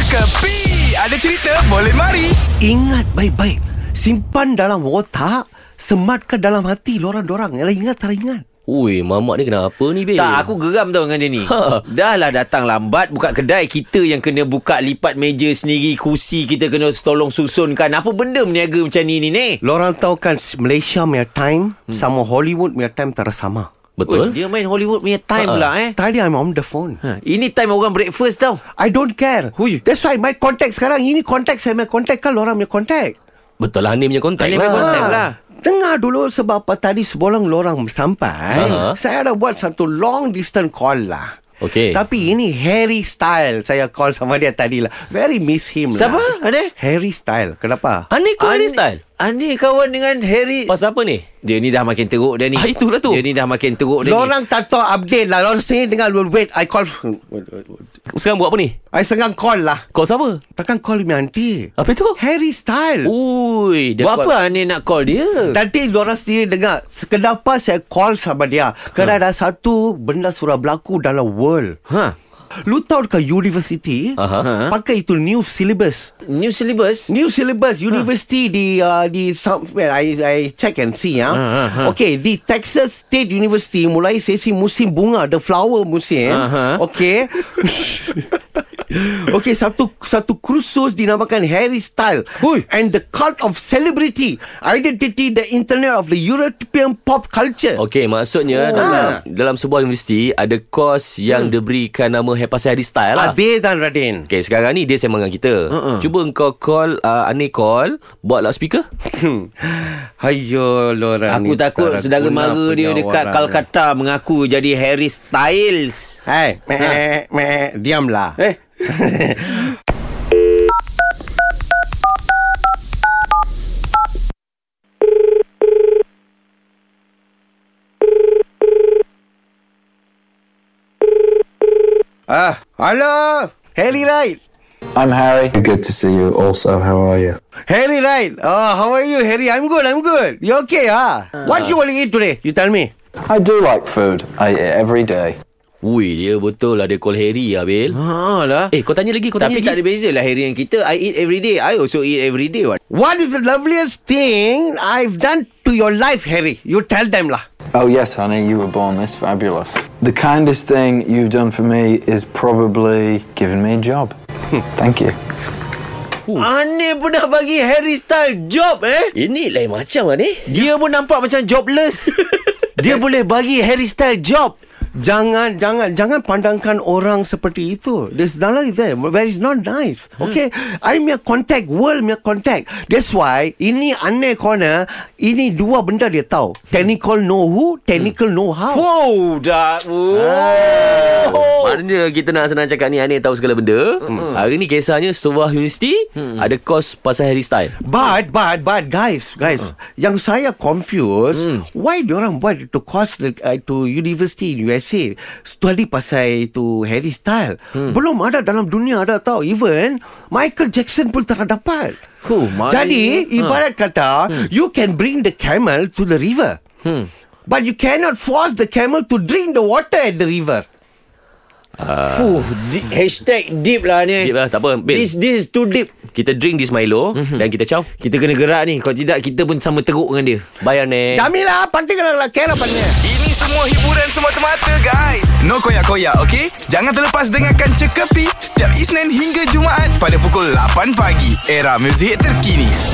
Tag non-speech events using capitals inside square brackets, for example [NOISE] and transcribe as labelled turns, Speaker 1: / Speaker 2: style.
Speaker 1: Kepi Ada cerita boleh mari
Speaker 2: Ingat baik-baik Simpan dalam otak Sematkan dalam hati Lorang-dorang Yalah ingat tak ingat
Speaker 3: Ui, mamak ni kenapa ni, Bil?
Speaker 4: Tak, aku geram tau dengan dia ni.
Speaker 3: Eh. Ha.
Speaker 4: Dah lah datang lambat, buka kedai, kita yang kena buka lipat meja sendiri, kursi kita kena tolong susunkan. Apa benda meniaga macam ni ni, ni?
Speaker 2: Lorang tahu kan Malaysia punya time
Speaker 4: Hmm.
Speaker 2: Sama Hollywood punya time tak ada sama
Speaker 4: Oi,
Speaker 3: Betul?
Speaker 4: Oh, dia main Hollywood punya time
Speaker 3: Ha.
Speaker 4: pula eh.
Speaker 2: Tadi I'm on the phone
Speaker 4: Ha, ini time orang breakfast tau.
Speaker 2: I don't care
Speaker 4: Hui.
Speaker 2: That's why my contact sekarang Ini contact saya punya contact kan Lorang punya contact
Speaker 3: Betul lah, Hanim punya kontak
Speaker 4: Hanim
Speaker 3: lah.
Speaker 4: punya contact lah.
Speaker 2: Ah, Dengar dulu sebab apa tadi sebelum lorang sampai
Speaker 4: Ah,
Speaker 3: Aha.
Speaker 2: Saya ada buat satu long distance call lah
Speaker 3: Okey.
Speaker 2: Tapi ini Harry Style Saya call sama dia tadi lah Very miss him
Speaker 4: Siapa?
Speaker 2: lah
Speaker 4: Ada? Ah,
Speaker 2: Harry Style Kenapa?
Speaker 3: Hanim kau Hanim
Speaker 4: Ani-
Speaker 3: style?
Speaker 4: Ani kawan dengan Harry.
Speaker 3: Pasal apa ni?
Speaker 4: Dia ni dah makin teruk dah ni.
Speaker 3: Ah, itulah tu.
Speaker 4: Dia ni dah makin teruk dah ni.
Speaker 2: Lorang tak tahu update lah Lorang sini dengar Wait I call
Speaker 3: Sekarang buat apa ni?
Speaker 2: I sengang call lah
Speaker 3: Kau siapa?
Speaker 2: Takkan call me auntie
Speaker 4: Ah.
Speaker 3: Apa tu?
Speaker 2: Harry Style
Speaker 3: Ui, dia call-
Speaker 4: Buat apa Ani nak call dia?
Speaker 2: Nanti diorang sendiri dengar Kenapa saya call sama dia Kerana ada satu Benda surah berlaku dalam world
Speaker 4: Ha.
Speaker 2: Lu tahu dekat university
Speaker 3: Aha.
Speaker 2: Pakai itu new syllabus
Speaker 4: New syllabus?
Speaker 2: New syllabus University di uh, di somewhere I I check and see ya. Okay, di Texas State University mulai sesi musim bunga, the flower musim.
Speaker 4: Aha.
Speaker 2: [LAUGHS] Okay. okay, satu satu kursus dinamakan Harry Style
Speaker 4: Hui.
Speaker 2: and the cult of celebrity, identity the internet of the European pop culture.
Speaker 3: Okey, maksudnya
Speaker 2: Oh.
Speaker 3: dalam,
Speaker 2: Ah.
Speaker 3: dalam sebuah universiti ada kos yang diberikan nama Hair Pasal Hari Style lah.
Speaker 2: Adir Ah, dan Radin.
Speaker 3: Okey, sekarang ni dia sembang dengan kita. Uh-uh. Cuba kau call, uh, Ani call, buat loudspeaker.
Speaker 2: Hayo Lora
Speaker 4: Aku
Speaker 2: ni
Speaker 4: takut
Speaker 2: tak
Speaker 4: saudara
Speaker 2: guna
Speaker 4: mara dia
Speaker 2: punya lah.
Speaker 4: dekat
Speaker 2: orang.
Speaker 4: Kolkata mengaku jadi Harry Styles.
Speaker 2: Hai, meh, meh, diamlah.
Speaker 4: Eh,
Speaker 2: [LAUGHS] Ah, hello, Harry Wright.
Speaker 5: I'm Harry. Good to see you also. How are you?
Speaker 2: Harry Wright. Oh, how are you, Harry? I'm good. I'm good. You okay? Ah, what you want to eat today? You tell me.
Speaker 5: I do like food. I eat it every day.
Speaker 3: Ui, dia betul lah dia call Harry lah, Bil.
Speaker 4: ha lah.
Speaker 3: Eh, kau tanya lagi, kau
Speaker 4: Tapi
Speaker 3: tanya
Speaker 4: tak ada
Speaker 3: lagi.
Speaker 4: beza lah Harry yang kita I eat every day I also eat every day what?
Speaker 2: What is the loveliest thing I've done to your life, Harry? You tell them lah.
Speaker 5: Oh, yes, honey, you were born this fabulous. The kindest thing you've done for me is probably giving me a job. Thank you.
Speaker 4: Ani pun dah bagi Harry style job eh
Speaker 3: Ini lain macam lah ni.
Speaker 4: Dia pun nampak macam
Speaker 3: [LAUGHS]
Speaker 4: jobless Dia boleh bagi Harry style job
Speaker 2: Jangan, jangan, jangan pandangkan orang seperti itu. There's nothing there. Where is not nice. Okay? I'm your contact. World your contact. That's why, ini aneh corner, ini dua benda dia tahu. Technical know who, technical know how.
Speaker 4: Wow dah
Speaker 3: Oh.
Speaker 4: Wow
Speaker 3: Maknanya kita nak senang cakap ni Ani tahu segala benda hmm. Hari ni kisahnya Sebuah universiti hmm. Ada kos pasal Harry Style
Speaker 2: But but but guys guys yang saya confused why diorang buat itu course uh, to university in USA study pasal itu Harry Style belum ada dalam dunia ada tau even Michael Jackson pun tak ada dapat
Speaker 4: Huh, maknanya-
Speaker 2: jadi ibarat kata you can bring the camel to the river but you cannot force the camel to drink the water at the river
Speaker 4: Fuh di- Hashtag deep lah ni
Speaker 3: Deep lah, tak apa, Bil.
Speaker 4: This, this is too deep
Speaker 3: Kita drink this Milo Dan kita ciao
Speaker 4: Kita kena gerak ni Kalau tidak kita pun sama teruk dengan dia
Speaker 3: Bye Ani
Speaker 2: Jamila lah, pantiklah kena pannya
Speaker 1: Ini semua hiburan semata-mata guys No koyak-koyak ok Jangan terlepas dengarkan Cekapi Setiap Isnin hingga Jumaat Pada pukul 8 pagi Era muzik terkini